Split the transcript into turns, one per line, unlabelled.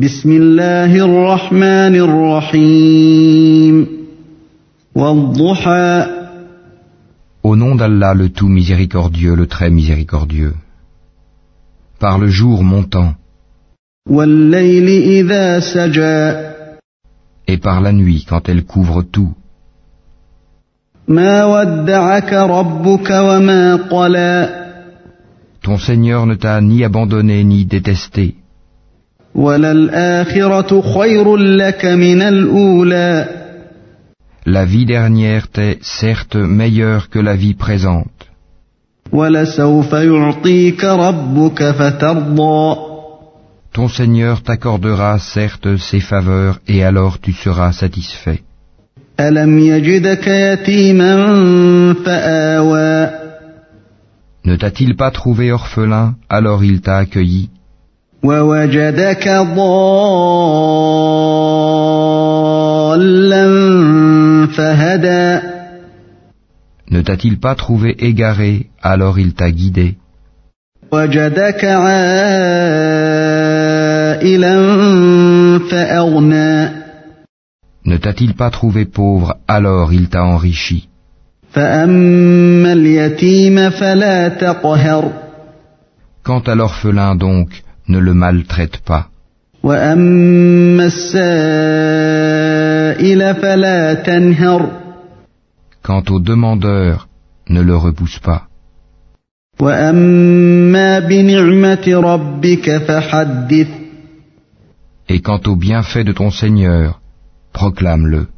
بسم الله الرحمن الرحيم والضحى
Au nom d'Allah le tout miséricordieux, le très miséricordieux. Par le jour montant,
والليل إذا سجى
et par la nuit quand elle couvre tout,
ما ودعك ربك وما قلى
ton Seigneur ne t'a ni abandonné ni détesté,
وللآخرة خير لك من الأولى
la vie dernière t'est certes meilleure que la vie présente,
ولسوف يعطيك ربك فترضى
ton Seigneur t'accordera certes ses faveurs et alors tu seras satisfait.
ألم يجدك يتيما فآوى
Ne t'a-t-il pas trouvé orphelin, alors il t'a accueilli,
ووجدك ضالا فهدى
ne t'a-t-il pas trouvé égaré, alors il t'a guidé,
وجدك عائلا فأغنى
ne t'a-t-il pas trouvé pauvre, alors il t'a enrichi.
فأما اليتيم فلا تقهر
Quant à l'orphelin donc, ne le maltraite pas,
وأما السائل فلا تنهر
quant au demandeur, ne le repousse pas,
وأما بنعمة ربك فحدث
et quant au bienfait de ton Seigneur, proclame-le.